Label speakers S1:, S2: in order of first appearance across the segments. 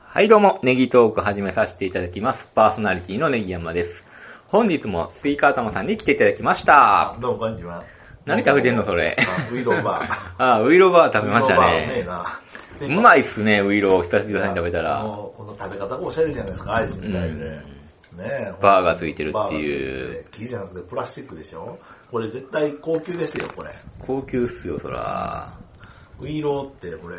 S1: はいどうも、ネギトーク始めさせていただきます。パーソナリティのネギ山です。本日もスイカ頭さんに来ていただきました。
S2: どうもこんにちは。
S1: 何食べてんのそれ
S2: あウイローバー。
S1: あーウイロバー食べましたね。う
S2: う
S1: ま
S2: い
S1: いっすね、ウイロー。久々に食べた
S2: あ
S1: ら。
S2: のこの食べ方がおしゃれじゃないですか、アイスみたいで。
S1: うん
S2: ねえ
S1: バーがついてるっていう
S2: バーがついてて木じゃなくてプラスチックでしょこれ絶対高級ですよ、これ。
S1: 高級っすよ、そら。
S2: ウイローってこれ、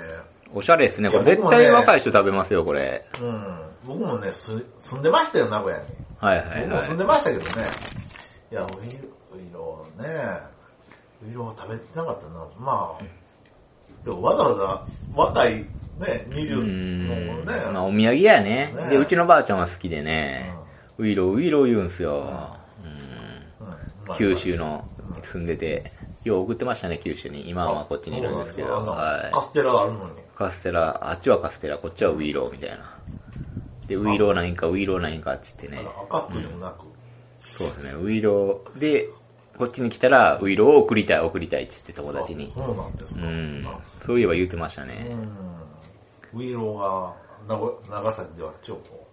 S1: おしゃれっすね。これ
S2: いや僕
S1: 絶
S2: もね
S1: 対若い人食べますよ、これ。
S2: うん。僕もね、す住んでましたよ、名古屋に。
S1: はいはい
S2: 僕も
S1: は
S2: 住ん
S1: い。
S2: でましたけどね。いや、ウイウイローね、ウイロー食べてなかったな。まあ、でもわざわざ若い、ね、
S1: う
S2: 20の
S1: ん。
S2: ね、
S1: まあ、お土産やね
S2: ね。
S1: で、うちのばあちゃんは好きでね。ウイロー、ウイロー言うんすよ。うん。
S2: うん
S1: 九州の住んでて、よう送ってましたね、九州に。今はこっちにいるんですけど、
S2: あそうなんです
S1: は
S2: よあのカステラがあるのに。
S1: い。カステラ、あっちはカステラ、こっちはウイローみたいな。で、ウイローないんか、ウイローないんかっつって
S2: あ
S1: ね。
S2: の赤くでもなく。
S1: そうですね、ウイロー。で、こっちに来たら、ウイローを送りたい、送りたいっつって友達に
S2: あ。そうなんです
S1: う
S2: か。
S1: ん
S2: あ。
S1: そういえば言ってました
S2: う
S1: ね。
S2: んウイローが名古長崎では超高。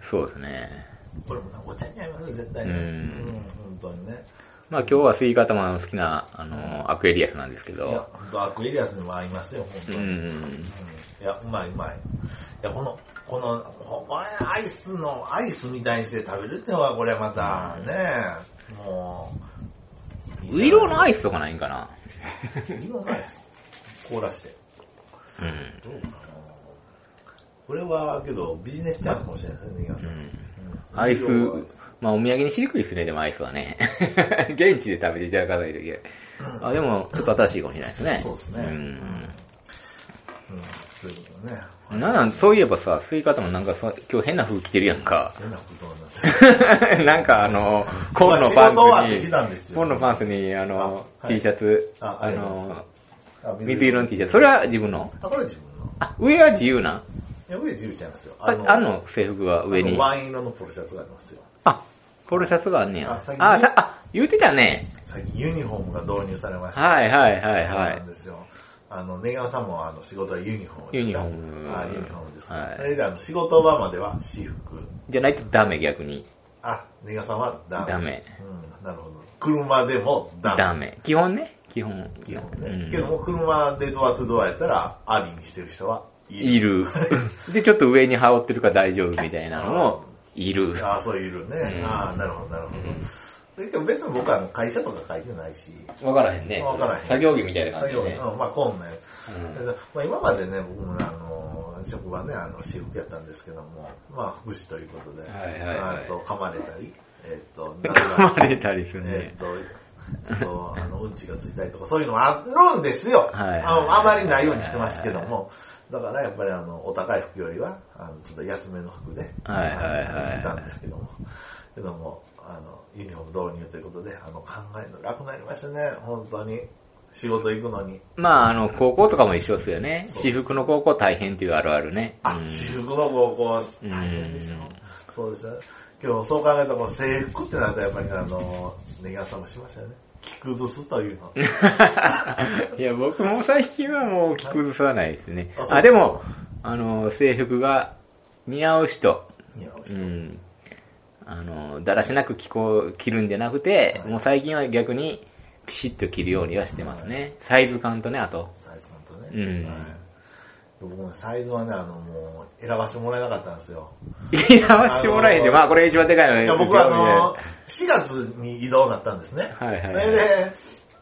S1: そうですね。
S2: これもなお茶に合いますね、絶対ね。
S1: うん
S2: うん本当にね。
S1: まあ今日はスイカ玉の好きな、あの、アクエリアスなんですけ
S2: いや
S1: ど。、
S2: 本当アクエリアスにも合いますよ、本
S1: う
S2: 当に。うん
S1: ん。
S2: いや、うまいうまい。いや、この、この、これアイスの、アイスみたいにして食べるってのは、これまた、ねえ、もう。いいじゃない
S1: ウイローのアイスとかないんかな
S2: いのないです。凍らして。
S1: うん。
S2: どうかなこれは、けど、ビジネスチャンスかもしれないですね、皆さん。うん
S1: アイス
S2: 要はです、
S1: まあお土産にしにくいですね、でもアイスはね。 現地で食べていただかないといけない。あでも、ちょっと新しいかもしれないですね。
S2: そうですね。
S1: ん。
S2: うん。そういうことね。
S1: なんなん、そういえばさ、吸い方もなんかさ、今日変な風着てるやんか。
S2: 変なことになって。
S1: なんかあの、紺のパ
S2: まあ仕事終わっ
S1: ン
S2: て
S1: ツ
S2: き
S1: に、
S2: たんですよ
S1: 紺のパンツに、あの、
S2: あはい
S1: T シャツ、
S2: あ
S1: あ
S2: ありがとうございま
S1: の、
S2: あ
S1: 緑色の T シャツ。それは自分の。
S2: あ、これ自分の。
S1: あ、上は自由な。
S2: いや、上自由ちゃいますよ。
S1: ああんの制服は上
S2: あ
S1: に
S2: の。ワイン色のポロシャツがありますよ。
S1: あ、ポロシャツがあんねや。あ、
S2: あ
S1: さ
S2: 最近ね
S1: あ、言うてたね。
S2: 最近ユニフォームが導入されました。
S1: はいはいはい
S2: そう
S1: は
S2: ないん。ですよ。あの、ネガさんもあの仕事はユニフォームです
S1: ユニフォーム
S2: あユニフォームです、
S1: はい
S2: それであの仕事場までは私服。
S1: じゃないとダメ逆に。
S2: あ、ネガさんはダメ。
S1: ダメ
S2: うん、なるほど。車でもダメ。
S1: ダメ。基本ね。基本。
S2: 基本ね。
S1: うん
S2: けども、車でドアとドアやったら、ありにしてる人はいる。
S1: いる。 で、ちょっと上に羽織ってるから大丈夫みたいなのも、いる。
S2: ああ、そういるね。
S1: うん
S2: ああ、なるほど、なるほど。ででも別に僕はあの会社とか書いてないし、
S1: わからへんね。
S2: わからへん。
S1: 作業着みたいな感じで
S2: 作
S1: ね
S2: 業。着うん、まあ、こんね。
S1: う
S2: まあ、今までね、僕もねあの、職場ね、あの、私服やったんですけども、まあ、福祉ということで、
S1: はいはいはい
S2: あと、噛まれたり、えっ と、
S1: 噛まれたりする
S2: え
S1: ね
S2: っ。と、ちょっと、あの、うんちがついたりとか、そういうのもあるんですよ。
S1: はいはいはい
S2: あのあまりないようにしてますけども。だから、やっぱり、あの、お高い服よりは、あの、ちょっと安めの服で、
S1: はいはいはい
S2: あの着てたんですけども。けども、あの、ユニフォーム導入ということで、あの、考えるの楽になりましたね、本当に。仕事行くのに。
S1: まあ、あの、高校とかも一緒ですよね。
S2: そう
S1: 私服の高校大変っていうあるあるね。
S2: あ
S1: う、ん
S2: 私服の高校、大変でしょ
S1: うん。
S2: そうですね。けど、そう考えたら、こう制服ってなったら、やっぱり、あの、ネギさんもしましたよね。着崩すというの。
S1: いや、僕も最近はもう着崩さないですね
S2: あそうで。すか
S1: あ、でも、あの、制服が似合う人。
S2: いや、おし
S1: う
S2: い
S1: ん、あのだらしなく着こう着るんじゃなくて、
S2: はい
S1: もう最近は逆にピシッと着るようにはしてますね、サイズ感とねあと
S2: サイズ感とね。
S1: うん
S2: はい僕もね、サイズはね、あの、もう、選ばせてもらえなかったんですよ。
S1: いや合わせてもらえへんで、
S2: あのー
S1: まあこれ一番でかいの
S2: い
S1: ね
S2: や僕は、あの、4月に移動になったんですね。
S1: はいはいはい
S2: それで、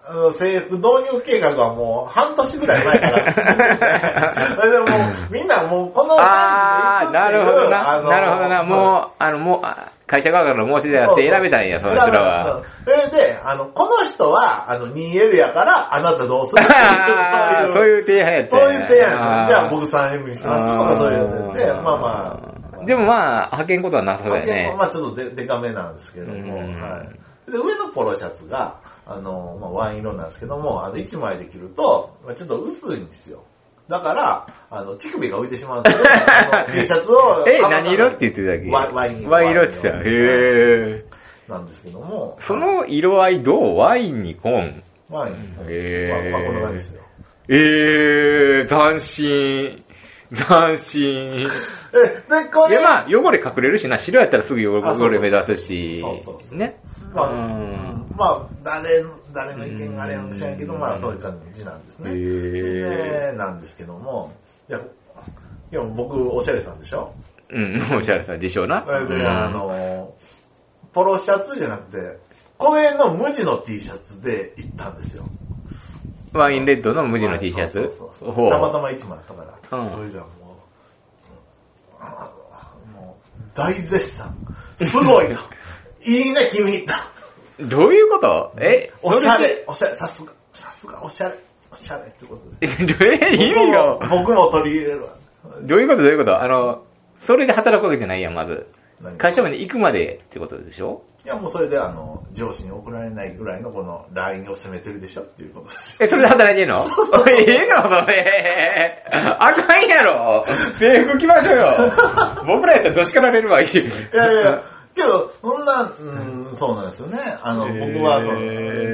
S2: あの制服導入計画はもう半年ぐらい前から進んで てそれでもうみんなもうこのサイ
S1: あ
S2: ズ
S1: あ
S2: で行
S1: な
S2: くっていう
S1: るほどな、
S2: あの
S1: なるほどなもうあのもうあ会社側からの申し出があって選べたんやその人らは。
S2: そうそうそうそれで、あの、この人は、あの、2L やから、あなたどうする
S1: あー そういう提案やったん
S2: そう
S1: や
S2: いう提案
S1: あ
S2: や
S1: ー
S2: じゃあ僕 3M にしますとかそういうやつやって、
S1: あー
S2: まあまあ。
S1: でも
S2: ま
S1: まあ派遣ことはなさそうだよね
S2: まあちょっとででかめなんですけども、
S1: うん
S2: はい。で、上のポロシャツが、あの、まあワイン色なんですけども、あの、1枚で着ると、まあちょっと薄いんですよ。だから、あの、乳首が浮いてしまうんです よ。あの T シャツを。
S1: え何色って言ってたっけ
S2: ワイワイン
S1: ワイン色って言ってたへえ
S2: なんですけども。
S1: その色合いどうワインにコーン。
S2: ワイン。
S1: へー
S2: まあまあこんな感じですよ。
S1: えー、斬新。斬新。
S2: え、で、こ
S1: いや
S2: れ、
S1: まあ、汚れ隠れるしな、白やったらすぐ汚れ
S2: あそうそう
S1: 汚れ目指すし。
S2: そうそうそう
S1: ね。
S2: まあ、
S1: う
S2: うん
S1: ん
S2: まあ、誰の、誰の意見があれなんか知らんけど、まあ、そういう感じなんですね。
S1: へー
S2: でなんですけども、いや、いや僕、おしゃれさんでしょ
S1: うん、おしゃれさん、自称な。
S2: で
S1: うん
S2: あの、ポロシャツじゃなくて、公園の無地の T シャツで行ったんですよ。
S1: ワインレッドの無地の T シャ
S2: は
S1: ツ
S2: いそうそうそう
S1: ほ
S2: そううたまたま一枚あったから、
S1: うん
S2: それじゃもうあもう大絶賛すご いといいね君と
S1: どういうことえ、
S2: おしゃ
S1: そ
S2: れおしゃれさすがさすがおしゃれおしゃれってことで
S1: れで。え、意味
S2: よ
S1: が。
S2: 僕も取り入れるわ
S1: どういうことどういうことあの、それで働くわけじゃないやん、まず。
S2: 何
S1: 会社まで行くまでってことでしょ
S2: いやもうそれであの上司に怒られないぐらいのこの LINE を責めてるでしょっていうことですよ
S1: え、それで働いてんのええのそれ。あかんやろ。制服着ましょうよ。 僕らやったらどしかられるわ、いい。
S2: いやいやいや、 けど、そんな、うん、そうなんですよね。あの、
S1: へー
S2: 僕はそうなんで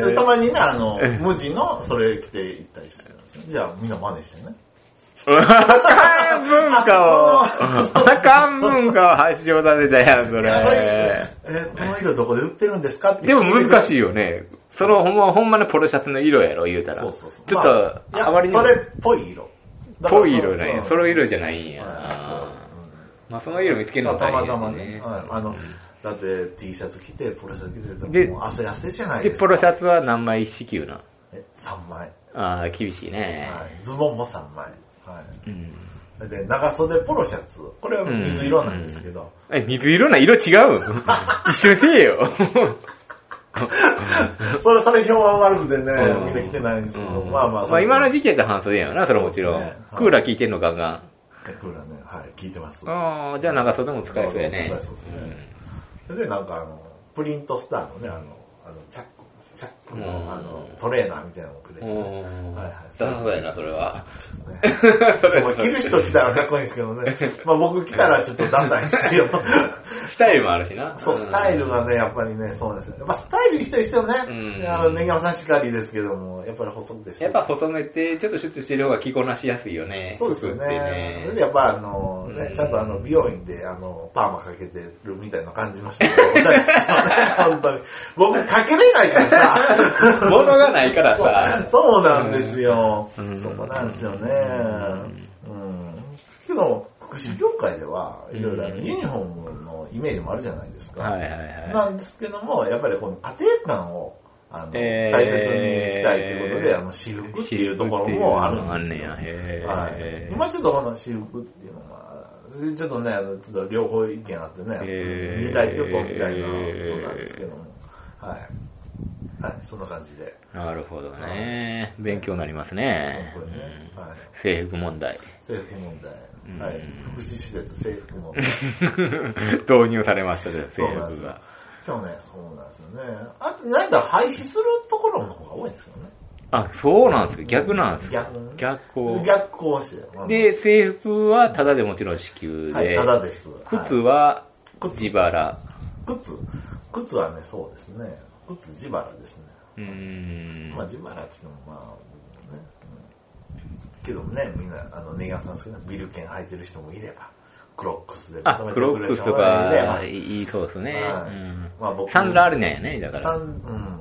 S2: すねでたまにね、あの、
S1: え
S2: 無地のそれ着て行ったりしてるんですよ。じゃあ、みんな真似してね。
S1: あかん文化を、
S2: あそう
S1: あかん文化を発祥させたやん、そ
S2: やばい
S1: れ。
S2: えーこの色どこで売ってるんですかって
S1: でも難
S2: い。
S1: しいよね。そのほんま、ほんまのポロシャツの色やろ、言うたら。
S2: そうそうそう。
S1: ちょっと、
S2: まあ、
S1: あまりに
S2: そ
S1: も、
S2: れっぽい色。だから
S1: ぽい色なんや。その色じゃないんや。
S2: はいそううん
S1: まあ、その色見つけるの
S2: まあたま
S1: は大変
S2: たま
S1: で
S2: ね。
S1: すね。
S2: はいあの、だって T シャツ着て、ポロシャツ着てた
S1: で
S2: ら、もう汗汗じゃない
S1: で、
S2: です
S1: ポ
S2: か。
S1: ロシャツは何枚支給な
S2: え3枚。
S1: ああ、厳しいね。
S2: はいズボンも3枚。はい。
S1: うん。
S2: で長袖ポロシャツこれは水色なんですけど、
S1: え、水色な色違 う一緒にせえよ。
S2: それそれ評判悪くてね、
S1: うん
S2: みんな来てないんですけど、
S1: うん
S2: まあまあ
S1: まあ今の
S2: 時
S1: 時期やったら半袖やよな、それもちろ
S2: そ
S1: ん。
S2: うですねはい
S1: クーラー効いてんのガンガン。
S2: 期クーラーねはい聞いてます
S1: ああ、じゃあ長袖も使えそうやね。
S2: 使えそうですねでなんかあのプリントスターのねあのあのチャックチャックの,、
S1: うん
S2: あのトレーナーみたいなのをくれ
S1: う
S2: て、
S1: ん。
S2: ね
S1: うん
S2: はいはい
S1: そうやな、それは。
S2: まあ着る人着たらかっこいいんですけど ね、まあ、僕着たらちょっとダサいんですよ
S1: スタイルもあるしな。
S2: そう、スタイルがね、やっぱりね、そうですよね。まあ、スタイルにしてる人よね。
S1: うん
S2: あの、ネギマさんしかりですけども、やっぱり細くて
S1: やっぱ細めて、ちょっとシュッとしてる方が着こなしやすいよね。
S2: そうですよ
S1: 服って
S2: ね。でやっぱあの、ね
S1: うん
S2: ちゃんとあの、美容院で、あの、パーマかけてるみたいな感じの人がおしゃれですよね、 本当に。僕、かけれないからさ。
S1: 物がないからさ。
S2: そうそうなんですよ。
S1: うん
S2: そこなんですよね。
S1: う
S2: うん。けど、福祉業界では、いろいろあの
S1: うん
S2: ユニフォームのイメージもあるじゃないですか。
S1: はいはいはい。
S2: なんですけども、やっぱりこの家庭感をあの、
S1: えー
S2: 大切にしたいということで、あの私服っていうところもあるんですよ。
S1: 私服っていうのがあんねや
S2: は
S1: へー
S2: い、今ちょっとこの私服っていうのは、ちょっとね、あのちょっと両方意見あってね、
S1: へー
S2: 時代旅行みたいなことなんですけども、はい。はい、そんな感じで。
S1: なるほどね。勉強になりますね。
S2: 本当にね
S1: うん
S2: はい
S1: 制服問題。
S2: 制服問題
S1: うん。
S2: はい。福祉施設制服問題。
S1: 導入されましたね、制
S2: そうなんです
S1: 服
S2: よ
S1: が。。
S2: 今日ね、そうなんですよね。あと、なんだ廃止するところの方が多いんですけどね。
S1: あ、そうなんですか逆なんですか
S2: 逆
S1: 逆行。
S2: 逆行して。うん
S1: で、制服はただでもちろん支給
S2: はい、
S1: で
S2: た、だです。
S1: 靴
S2: はい
S1: は
S2: 靴
S1: 自腹。
S2: 靴靴はね、そうですね。靴自腹ですね。
S1: うーん
S2: まあ、自腹っていうのも、まあ、ね。うんけどね、みんな、あの、ネガさんですけど、ビル券履いてる人もいれば、クロックスで
S1: あ、クロックスとか、
S2: いれ
S1: いいそうですね。
S2: はい
S1: うん
S2: まあ僕
S1: サンドラあるねんやね、だか
S2: ば、
S1: ら。
S2: 三
S1: う
S2: うん、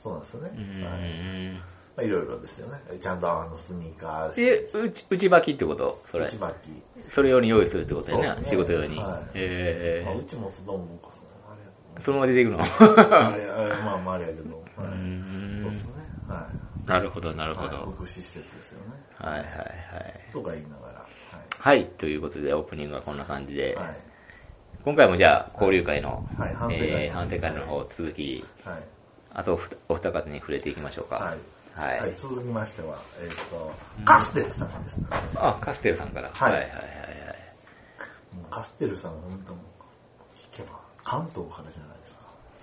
S2: そうなんですよね。はい
S1: ーん
S2: まあ、いろいろですよね。ちゃんとあの、スニーカー
S1: で、うち内履きってことそれ
S2: 内。巻き。
S1: それ用に用意するってことや
S2: そう
S1: ね
S2: で、すね
S1: 仕事用に。
S2: はい
S1: え
S2: まあ、う
S1: え
S2: ちもスドンボコさん、あれやと思う
S1: そのまま出てくの
S2: あれ、 あれまあまああれやけど、はい、
S1: う ん
S2: そうですね。はい。
S1: なるほど、なるほ
S2: はい
S1: ど。
S2: 福祉施設ですよね。
S1: はいはいはい。
S2: とか言いながら、は
S1: はい、ということでオープニングはこんな感じで、
S2: い。はい。
S1: 今回もじゃあ交流会の、
S2: はい反省会
S1: えー反省会の方続き、
S2: はい。
S1: あとお二お二方に触れていきましょうか。
S2: はい。
S1: はい。
S2: はい続きましては、えっ、と、カステルさんですね。
S1: あ、カステルさんから。
S2: はい
S1: はいはいはい
S2: もうカステルさん、本当もう、聞けば、関東からじゃないですか。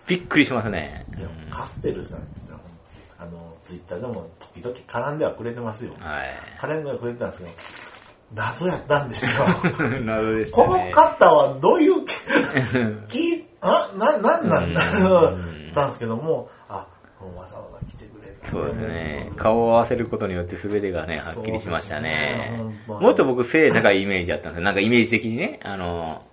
S1: びっくりしますね。
S2: いや
S1: うん
S2: カステルさんですよ。あの、ツイッターでも時々絡んではくれてますよ。
S1: はい。
S2: 絡んではくれてたんですけど、謎やったんですよ。
S1: 謎でした
S2: この
S1: ね。
S2: 方はどういう け、き、あ、な、なんなんだ、
S1: うん
S2: たんですけども、あ、もうわざわざ来てくれるです
S1: そうですね。顔を合わせることによって全てがね、はっきりしましたね
S2: そうですね。本当に
S1: もっと僕、背高いイメージだったんですよ。なんかイメージ的にね、あの、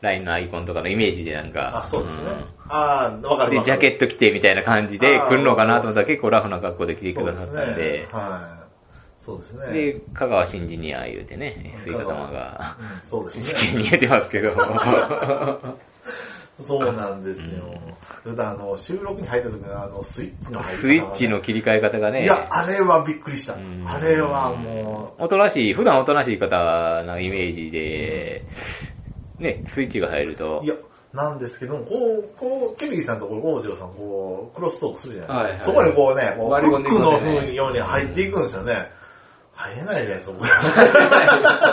S1: LINE のアイコンとかのイメージでなんか。
S2: あ、そうですね
S1: ん。
S2: ああ、わかるわかる。
S1: で、ジャケット着てみたいな感じで
S2: あー
S1: 来るのかなと思ったら結構ラフな格好で来てくださったん
S2: そうで
S1: です
S2: ね、はい。そうですね。
S1: で、香川真司にああ言うてね、スイカ玉が
S2: うんそうですね
S1: 事件に出てますけど。
S2: そうなんですよ。普段あの収録に入った時のあのスイッチの入り方がね
S1: スイッチの切り替え方がね。
S2: いや、あれはびっくりした
S1: うん。
S2: あれはも
S1: おとなしい、普段おとなしい方なイメージで、ね、スイッチが入ると
S2: う、い、や、なんですけども、こう、こう、ケリーさんとこう、王城さん、こう、クロストークするじゃないですか。
S1: はいはい
S2: そこにこうね、こう
S1: 割り込んでい
S2: フ
S1: く
S2: ッ
S1: ん
S2: ク
S1: だ
S2: の
S1: よね
S2: 風にように入っていくんですよね。入れないじゃないですか、僕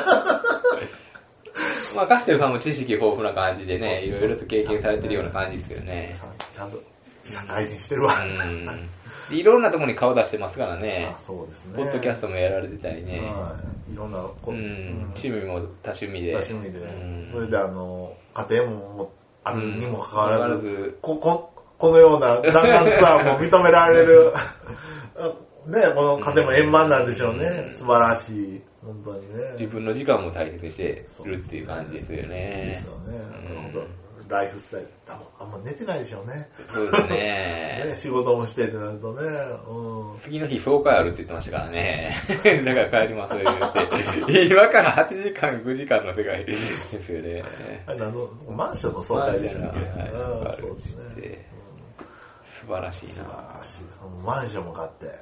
S1: まあ、カステルさんも知識豊富な感じでね、いろいろと経験されてるような感じですよね。
S2: ちゃんと、社会人してるわ。
S1: うん。いろんなところに顔出してますからね
S2: あ。そうですね。
S1: ポッドキャストもやられてたりね。
S2: はい。いろんな、こ
S1: う。
S2: うん
S1: 趣味も多趣味で。
S2: 多趣味で、
S1: うん
S2: それであの家庭ももあるにもかかわらず,、
S1: うんうん
S2: こここのような弾丸ツアーも認められる ねこの家庭も円満なんでしょうね、
S1: うん
S2: 素晴らしい本当にね
S1: 自分の時間も大切にしてるっていう感じですよ
S2: で
S1: ね
S2: すよ。ね、
S1: うん
S2: 本当ライフスタイル多分あんま寝てないでしょうね
S1: そうです
S2: ね
S1: ね。
S2: 仕事もしてってなるとね、うん、
S1: 次の日総会あるって言ってましたからね。 だから帰ります 言って。今から8時間、9時間の世界ですよね。
S2: あれあのマンションの総会でしたっけ、
S1: マンションのは
S2: う
S1: い
S2: んそうです
S1: あるって
S2: ね、
S1: 素晴らしい
S2: 素晴
S1: な。
S2: らしいマンションも買って素晴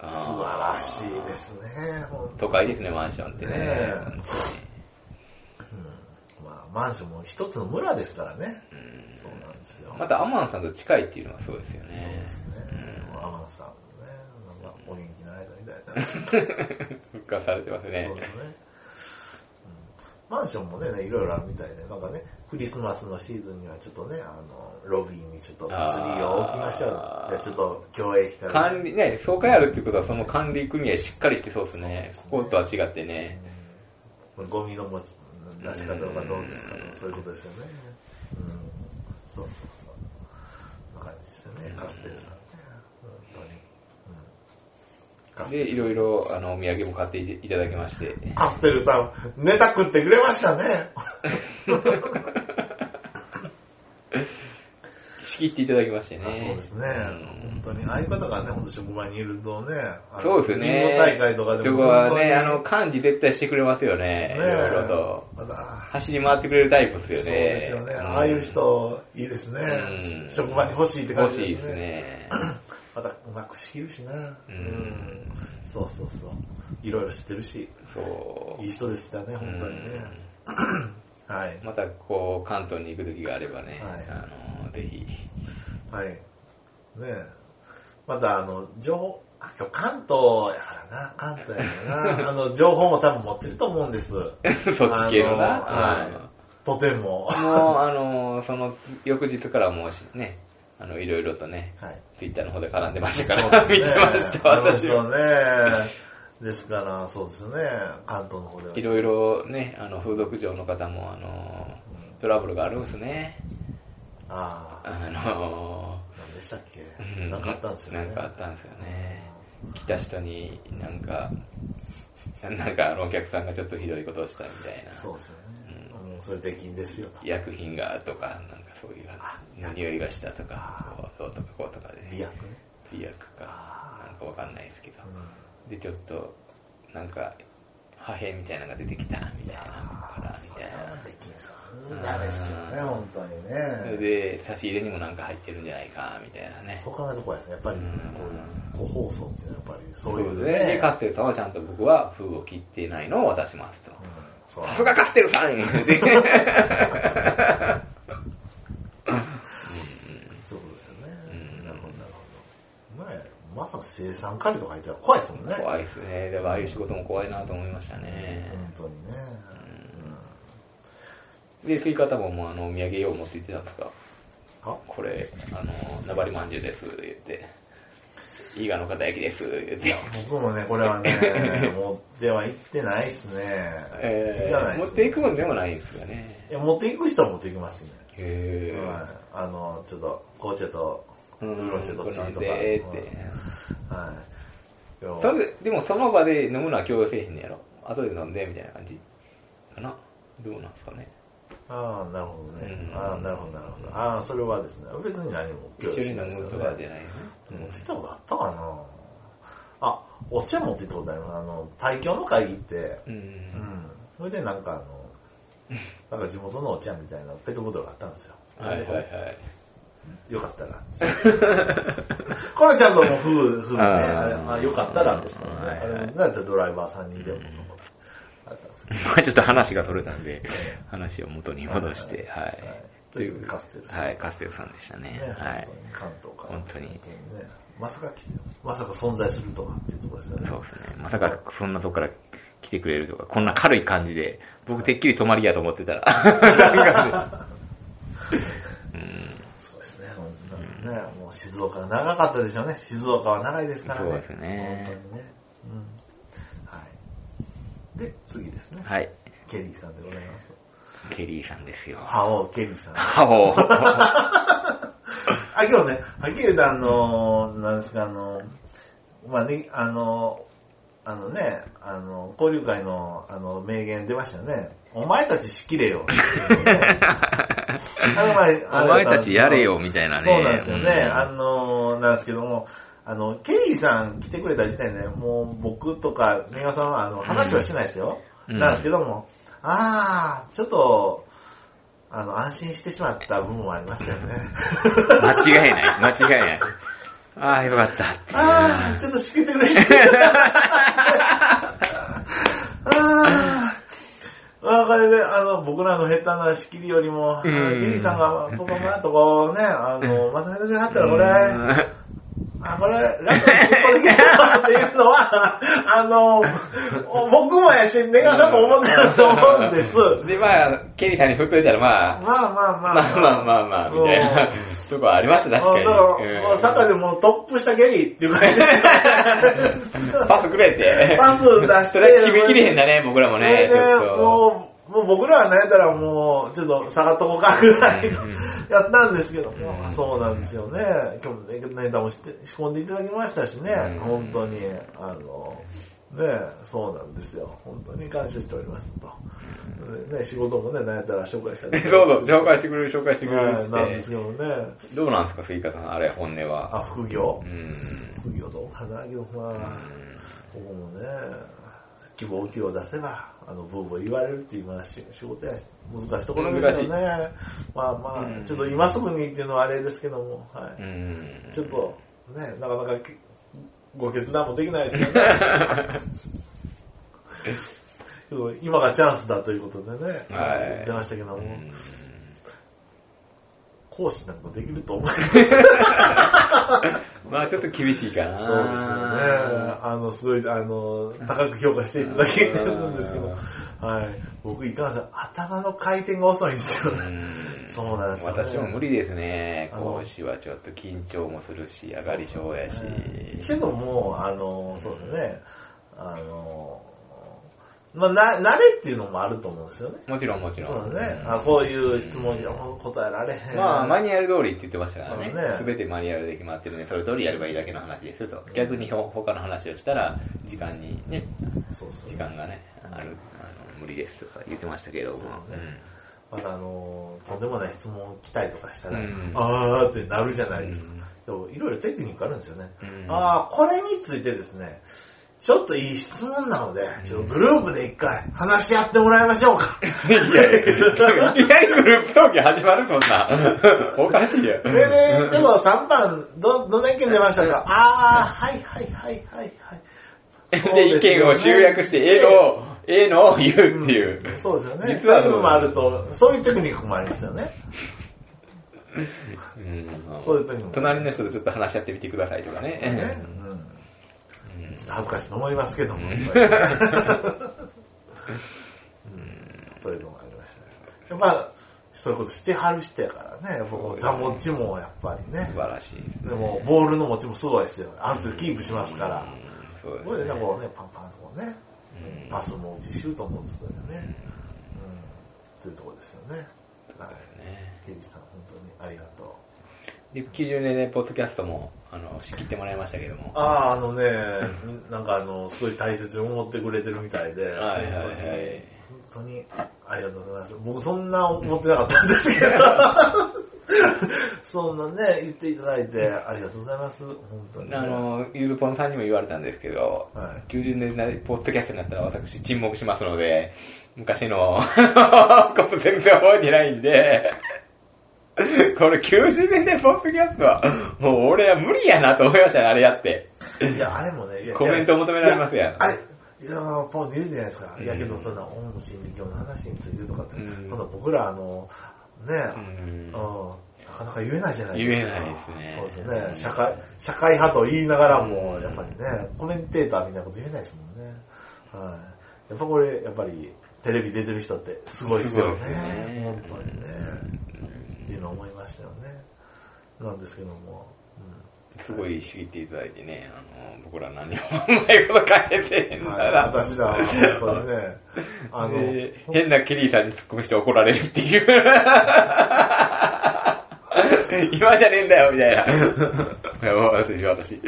S1: あ
S2: ら
S1: ー
S2: しいですね本当
S1: 都会ですね、マンションってね。
S2: ねえうんまあマンションも一つの村ですからね
S1: うん
S2: そうなんですよ、
S1: またアマンさんと近いっていうのはそうですよね。
S2: そうですねアマンさんもねなんかお元気になられたみたいなそう
S1: 復活されてま
S2: で
S1: す
S2: すね、
S1: ね
S2: う。ん、マンションもねいろいろあるみたいでなんかねクリスマスのシーズンにはちょっとねあのロビーにちょっとツリーを置きましょう
S1: あー
S2: いやちょっと共栄から、ね、
S1: 管理、ね、総会あるってことはその管理組合しっかりしてそうです
S2: そ
S1: ね。
S2: うですね
S1: こことは違ってね。
S2: うんゴミの持ち出し方とかどうですかと
S1: うん
S2: かそういうことですよね。うん、そうそうそう。そんな感じですよね、カステルさんね。本当に。うんカステ
S1: で、
S2: ル
S1: いろいろ、あの、お土産も買っていただきまして。
S2: カステルさん、ネタ食ってくれましたね。
S1: 仕切っていただきましてね。
S2: あ そうですね。
S1: うん
S2: 本当に。ああいう方がね、本当職場にいるとね、あの
S1: そうですよね。
S2: ビンゴ大会とかでも
S1: 僕は
S2: 本当に
S1: ね、あの、幹事絶対してくれますよね。
S2: ね
S1: いろいろと。
S2: まだ
S1: 走り回ってくれるタイプですよね。
S2: そうですよね。
S1: ん
S2: ああいう人、いいですね
S1: うん。
S2: 職場に欲しいって感じ
S1: 欲しいですね。
S2: またうまく仕切るしな、
S1: う
S2: うんん、そうそうそういろいろ知ってるし
S1: そう。
S2: いい人でしたね本当にね、はい
S1: またこう関東に行く時があればね、
S2: はい
S1: あのぜひ
S2: はいねえまたあの情報あ今日関東やからな関東やから なあの情報も多分持ってると思うんですそっ
S1: そっち系のな
S2: はいとてもは
S1: もうあのその翌日からもうしねあのいろいろとね
S2: い
S1: ツイッターの方で絡んでましたから、 見てました私
S2: は
S1: は
S2: ねですからそうですね関東の方ではい
S1: ろいろねあの風俗嬢の方もあのトラブルがあるんですね
S2: ああ
S1: あの
S2: 何でしたっけ
S1: う
S2: 何かあったんですよね
S1: なんかあったんですよね来た人になんかなんかあのお客さんがちょっとひどいことをしたみたいな
S2: そうですよね。もうそれ出禁ですよと。
S1: 薬品がとか、なんかそういう話、匂いがしたとか、こうどうとかこうとかで、
S2: 美薬ね。
S1: 美薬か、なんかわかんないですけど、で、ちょっと、なんか、破片みたいなのが出てきた、みたいな、から、みたいな。
S2: 出禁さ。ダメですよね、本当に
S1: それ
S2: ね。
S1: で、差し入れにもなんか入ってるんじゃないか、みたいなね。
S2: そう考えると怖いですね。やっぱり、こういう、個包装っていうのはやっぱり、そういう
S1: ですね。
S2: ね
S1: で、。カステルさんはちゃんと僕は封を切ってないのを渡しますと。
S2: うんそう
S1: さすがカステルさん
S2: そういうことですよね。なるほど、なるほど。まあ、まさか生産管理とか入ったら怖いですもんね。
S1: 怖いですね。でもああいう仕事も怖いなと思いましたね。
S2: 本当にね。
S1: で、スイカ玉もあのお土産用持って行ってたんですか
S2: あ
S1: これ、あの、ナバリまんじゅうです、言って。伊賀の肩焼きです、言って。
S2: 僕もね、これはね、 持っては行ってないですね。
S1: え
S2: 行かな
S1: ー、
S2: いで
S1: 持
S2: す
S1: っていくもんでもないんですよね。
S2: いや持っていく人は持っていきますね。
S1: へ
S2: はい、あの、ちょっと、紅茶とウーロン茶どっちとか。
S1: うんこれ飲んでーって
S2: うんはい。要は
S1: それでもその場で飲むのは強要せえへんねやろ後で飲んでみたいな感じかなどうなんすかね
S2: ああ、なるほどね。
S1: うん
S2: ああ、なるほど、なるほど。ああ、それはですね、別に何も
S1: 一緒に飲
S2: ない
S1: むとかじゃないよね
S2: 持ってたことあったかなあ、お茶持ってったことあります。あの、対教の会議って、
S1: うん、う
S2: うんん。それでなんかあの、なんか地元のお茶みたいなペットボトルがあったんですよ。
S1: はいはいはい
S2: よかった ら。これちゃんともう夫婦ね、
S1: あー
S2: あれまあよかったらですからね。
S1: はい
S2: あ
S1: はい
S2: れもなんかドライバーさんにでもと思ってあったんですけど。
S1: ま あちょっと話がそれたんで、話を元に戻して、はい。
S2: いということでカステルさん
S1: はい、カステルさんでしたね。
S2: ね
S1: はい。
S2: 関東から。
S1: 本当に
S2: ねまさか来て、まさか存在するとはっていうところですよね。
S1: そうですね。まさかそんなとこから来てくれるとか、こんな軽い感じで、僕てっきり泊まりやと思ってたら、 うん
S2: そうですね。もうね、もう静岡は長かったでしょうね。静岡は長いですからね。
S1: そうですね
S2: 本当にね。うん。はい。で、次ですね。
S1: はい。
S2: ケリーさんでございます。
S1: ケリーさんですよ。
S2: ハオケリーさん。
S1: はお
S2: あ、今日ね、はっきり言うとあの、なんですか、あの、まあね、あの、あのね、あの、交流会の、あの、名言出ましたよね。お前たちしきれ よ。あの前
S1: お前たちやれよ、みたいなね。
S2: そうなんですよね。
S1: うん
S2: あのなんですけども、あの、ケリーさん来てくれた時点で、もう僕とか、メガさんはあの話はしないですよ。
S1: うん
S2: なんですけども、あー、ちょっと、あの、安心してしまった部分もありましたよね。
S1: 間違いない、間違いない。ああ、よかったっていう。
S2: あー、ちょっとしけて嬉しい。あー。あーこれで、あの、僕らの下手な仕切りよりも、あのケリーさんが、ここまとこうね、あの、まとめてくれはったら、これ、あ、これ、ラップに尻尾できるわっていうのは、あの、僕もやし、ネガさんも思ってたと思うんです。
S1: うんで、まあ、ケリーさんに振っといたら、ま
S2: ま
S1: あ、
S2: あまあまあ。
S1: まあまあまあまあ、みたいな
S2: うん
S1: とこありました、確かに。
S2: だから、もう坂で
S1: う
S2: もうトップしたゲリーっていう感じです よ
S1: んパスくれって。
S2: パス出して
S1: それは決めきれへんだね、僕らもね。
S2: そ
S1: ち
S2: れで
S1: ょっと。
S2: もう、もう僕らはなんやったらもう、ちょっと下がっとこうかぐらいの
S1: うん
S2: やったんですけども、
S1: うん
S2: そうなんですよね。今日もネタもして仕込んでいただきましたしね、
S1: うん
S2: 本当に、あの、ねそうなんですよ。本当に感謝しておりますと。ね、仕事もね、なんやったら紹介したり
S1: そうそう、紹介してくれる、紹介してくれるっつ
S2: はいなんです
S1: っ
S2: けどね。
S1: て。どうなんですか、スイカさん、あれ、本音は。
S2: あ、副業
S1: う。ん。
S2: 副業どうかな、けどまあ、ここもね、希望給を出せば、あの、ブーブー言われるっていう、まあ、し仕事やし、難しいところですよね。まあま
S1: う
S2: あ、
S1: ん
S2: ちょっと今すぐにっていうのはあれですけども、は
S1: う
S2: い。
S1: ん。
S2: ちょっと、ね、なかなかけご決断もできない ですよね。けど今がチャンスだということでね、
S1: はい
S2: 言ってましたけども、
S1: うん
S2: 講師なんかできると思う
S1: まあ、ちょっと厳しいかな。
S2: そうですよね。あの、すごい、あの、高く評価していただけてるんですけど、はい。僕、いかんせん、頭の回転が遅いんですよね。
S1: うん
S2: そうなんですよね
S1: 私も無理ですね。
S2: あの
S1: 講師はちょっと緊張もするし、上がり症やし。
S2: けども、あの、そうですよね。あの、まあ、な、慣れっていうのもあると思うんですよね。
S1: もちろん、もちろ
S2: そ
S1: ん。
S2: うね。あこういう質問に答えられへん。
S1: まあ、マニュアル通りって言ってましたから
S2: そうね
S1: ね。すべてマニュアルで決まってるんで、それ通りやればいいだけの話ですと。逆にほ他の話をしたら、時間にね、
S2: そうそう
S1: 時間がね、ある、あの無理ですとか言ってましたけども。
S2: そうね
S1: うん
S2: またあの、とんでもない質問来たりとかしたら、
S1: うん
S2: あーってなるじゃないですか
S1: うん。
S2: でもいろいろテクニックあるんですよね。
S1: うん
S2: あーこれについてですね、ちょっといい質問なので、ちょっとグループで一回話し合ってもらいましょうか。
S1: いやいや、いきなりグループ討議始まるそんな。おかしいよ。
S2: でね、ちょっと3番、ど、どの意見出ましたかあー、はいはいはいはいはい。
S1: で、意見を集約して、A の、A のを言うっていう。
S2: そうですよね。
S1: 実は
S2: そういう
S1: そ
S2: の
S1: う
S2: もあると、そういうテクニックもありますよね。
S1: うん
S2: そういう時も
S1: 隣の人とちょっと話し合ってみてくださいとかね
S2: ね。うん
S1: うん
S2: ちょっと恥ずかしいと思いますけども。
S1: うん
S2: やっぱりねそういうのもありましたね。まあ、そういうことしてはる人やからね。僕、座持ちもやっぱりね
S1: 素。晴らしいですね。
S2: でも、ボールの持ちもすごいですよ。ある程度キープしますから。
S1: うん。
S2: こ
S1: そう
S2: れ
S1: で
S2: ですね、
S1: ね。
S2: こうね、パンパンとこうね
S1: う、ん
S2: パスも打ち、シュートも打つというね。うん。というところですよね。はい。
S1: ね
S2: ケリーさん、本当にありがとう。
S1: で、90年代ポッドキャストも、あの、仕切ってもらいましたけども。
S2: ああ、あのね、なんかあの、すごい大切に思ってくれてるみたいで、
S1: はいはいはい
S2: 本当に、本当にありがとうございます。僕そんな思ってなかったんです けど、そんなね、言っていただいてありがとうございます。本当に。
S1: あの、ゆずぽんさんにも言われたんですけど、
S2: は
S1: 90年代ポッドキャストになったら私沈黙しますので、昔の、 こと全然覚えてないんで、これ90年代ポッドキャストは、もう俺は無理やなと思いましたね、あれやって。
S2: いや、あれもね、いや
S1: コメント求められますやん
S2: いあれ、いや、ポンって言うじゃないですか。
S1: うん
S2: いや、けど、そんな、オウム真理教の話についてとかって、
S1: うん
S2: 今度僕ら、あの、ね、
S1: う
S2: う
S1: ん
S2: ん、なかなか言えないじゃないですか。
S1: 言えないですね
S2: そうですよね。社会、社会派と言いながらも、やっぱりね、コメンテーターみたいなこと言えないですもんね。はい。やっぱこれ、やっぱり、テレビ出てる人ってすごいですよね。本当にね。っていうのを思いましたよね。なんですけども。うん
S1: すごい仕切っていただいてね、あの、僕ら何もうまいこと変えてへんだ
S2: はい
S1: な。
S2: 私らは本当にね、あの、
S1: で変なケリーさんに突っ込みして怒られるって いう。今じゃねえんだよ、みたいな。私、私。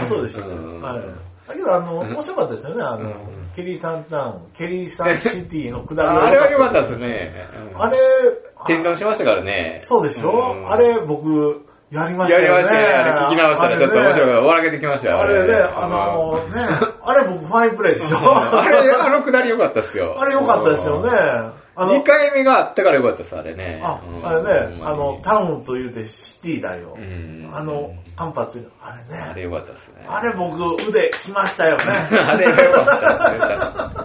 S2: あ そうでしたね。
S1: うん
S2: はい。だけど、あの、面白かったですよね。あの、
S1: うん
S2: ケリーサンタウン、ケリーサンシティの下りは
S1: あれは良かったですね。うん
S2: あれ、
S1: 転換しましたからね。
S2: そうでしょ、
S1: うん
S2: あれ、僕、やりました
S1: や
S2: よね。
S1: りましたね。あれ聞き直したらちょっと面白いから、笑けてきましたよ。
S2: あれね、あの
S1: うん
S2: ね、あれ僕ファインプレイでしょ
S1: あれ、あのくだり良かったですよ。
S2: あれ良かったですよね。あ
S1: 2回目があったから良かったです、あれね。
S2: あ
S1: う、ん
S2: あれね、
S1: ほんま
S2: あ
S1: に
S2: の、タウンと言うてシティだよ。
S1: うん
S2: あの、間髪、あれね。
S1: あれ良かったですね。
S2: あれ僕腕きましたよね。
S1: あれが良か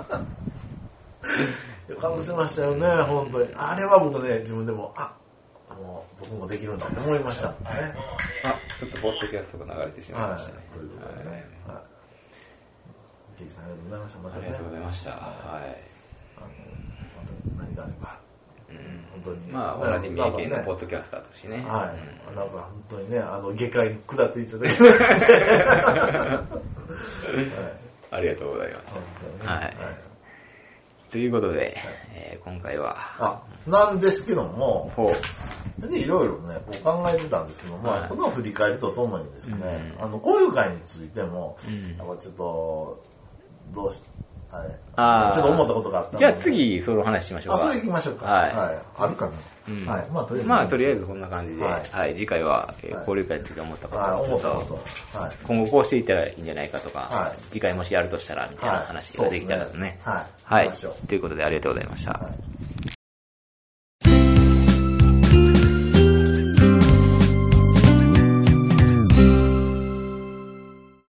S1: ったですね。
S2: かぶせましたよね、本当に。あれは僕ね、自分でも、あ、もう僕もできるんだって思いましたね。
S1: あ、ちょっとポッドキャストが流れてしまいま
S2: は
S1: したね。
S2: い。ということでね。はい。ケイキさんありがとうございました。ま
S1: はい
S2: た
S1: あ
S2: ね。
S1: りがとうございました。は
S2: あのまた何があれば。
S1: い。うん
S2: 本当に。
S1: まあ、同じ三重県のポッ
S2: ね
S1: ドキャスターとしてね。
S2: はい。なんか本当にね、あの、下界に下っていただきま して。はい
S1: ありがとうございまし
S2: 本当にね
S1: た。はい。ということで、えー今回は、
S2: あ、なんですけども、
S1: ほう。
S2: で、いろいろね、こう考えてたんですけども、
S1: はい
S2: この振り返りとともにですね、
S1: うん
S2: あの、交流会についても、
S1: うん
S2: やっぱちょっと、どうし、あれ、
S1: あー
S2: ちょっと思ったことがあったので
S1: じゃあ次、そのお話ししましょう
S2: あ、
S1: か。
S2: それ行きましょうか。
S1: はい。
S2: あるかな、
S1: うん
S2: はい。まあ、とりあえず。
S1: まあ、とりあえずこんな感じで、
S2: は
S1: はいい、次回は、えー
S2: はい
S1: 交流会について思ったこと
S2: はい、
S1: をち
S2: 思
S1: ょっ、
S2: ったことと。はい。
S1: 今後こうしていったらいいんじゃないかとか、
S2: はい
S1: 次回もしやるとしたらみたいな話ができたらね。
S2: はいそうですねはい
S1: は
S2: やり
S1: い
S2: ましょう。
S1: ということでありがとうございました。
S2: はい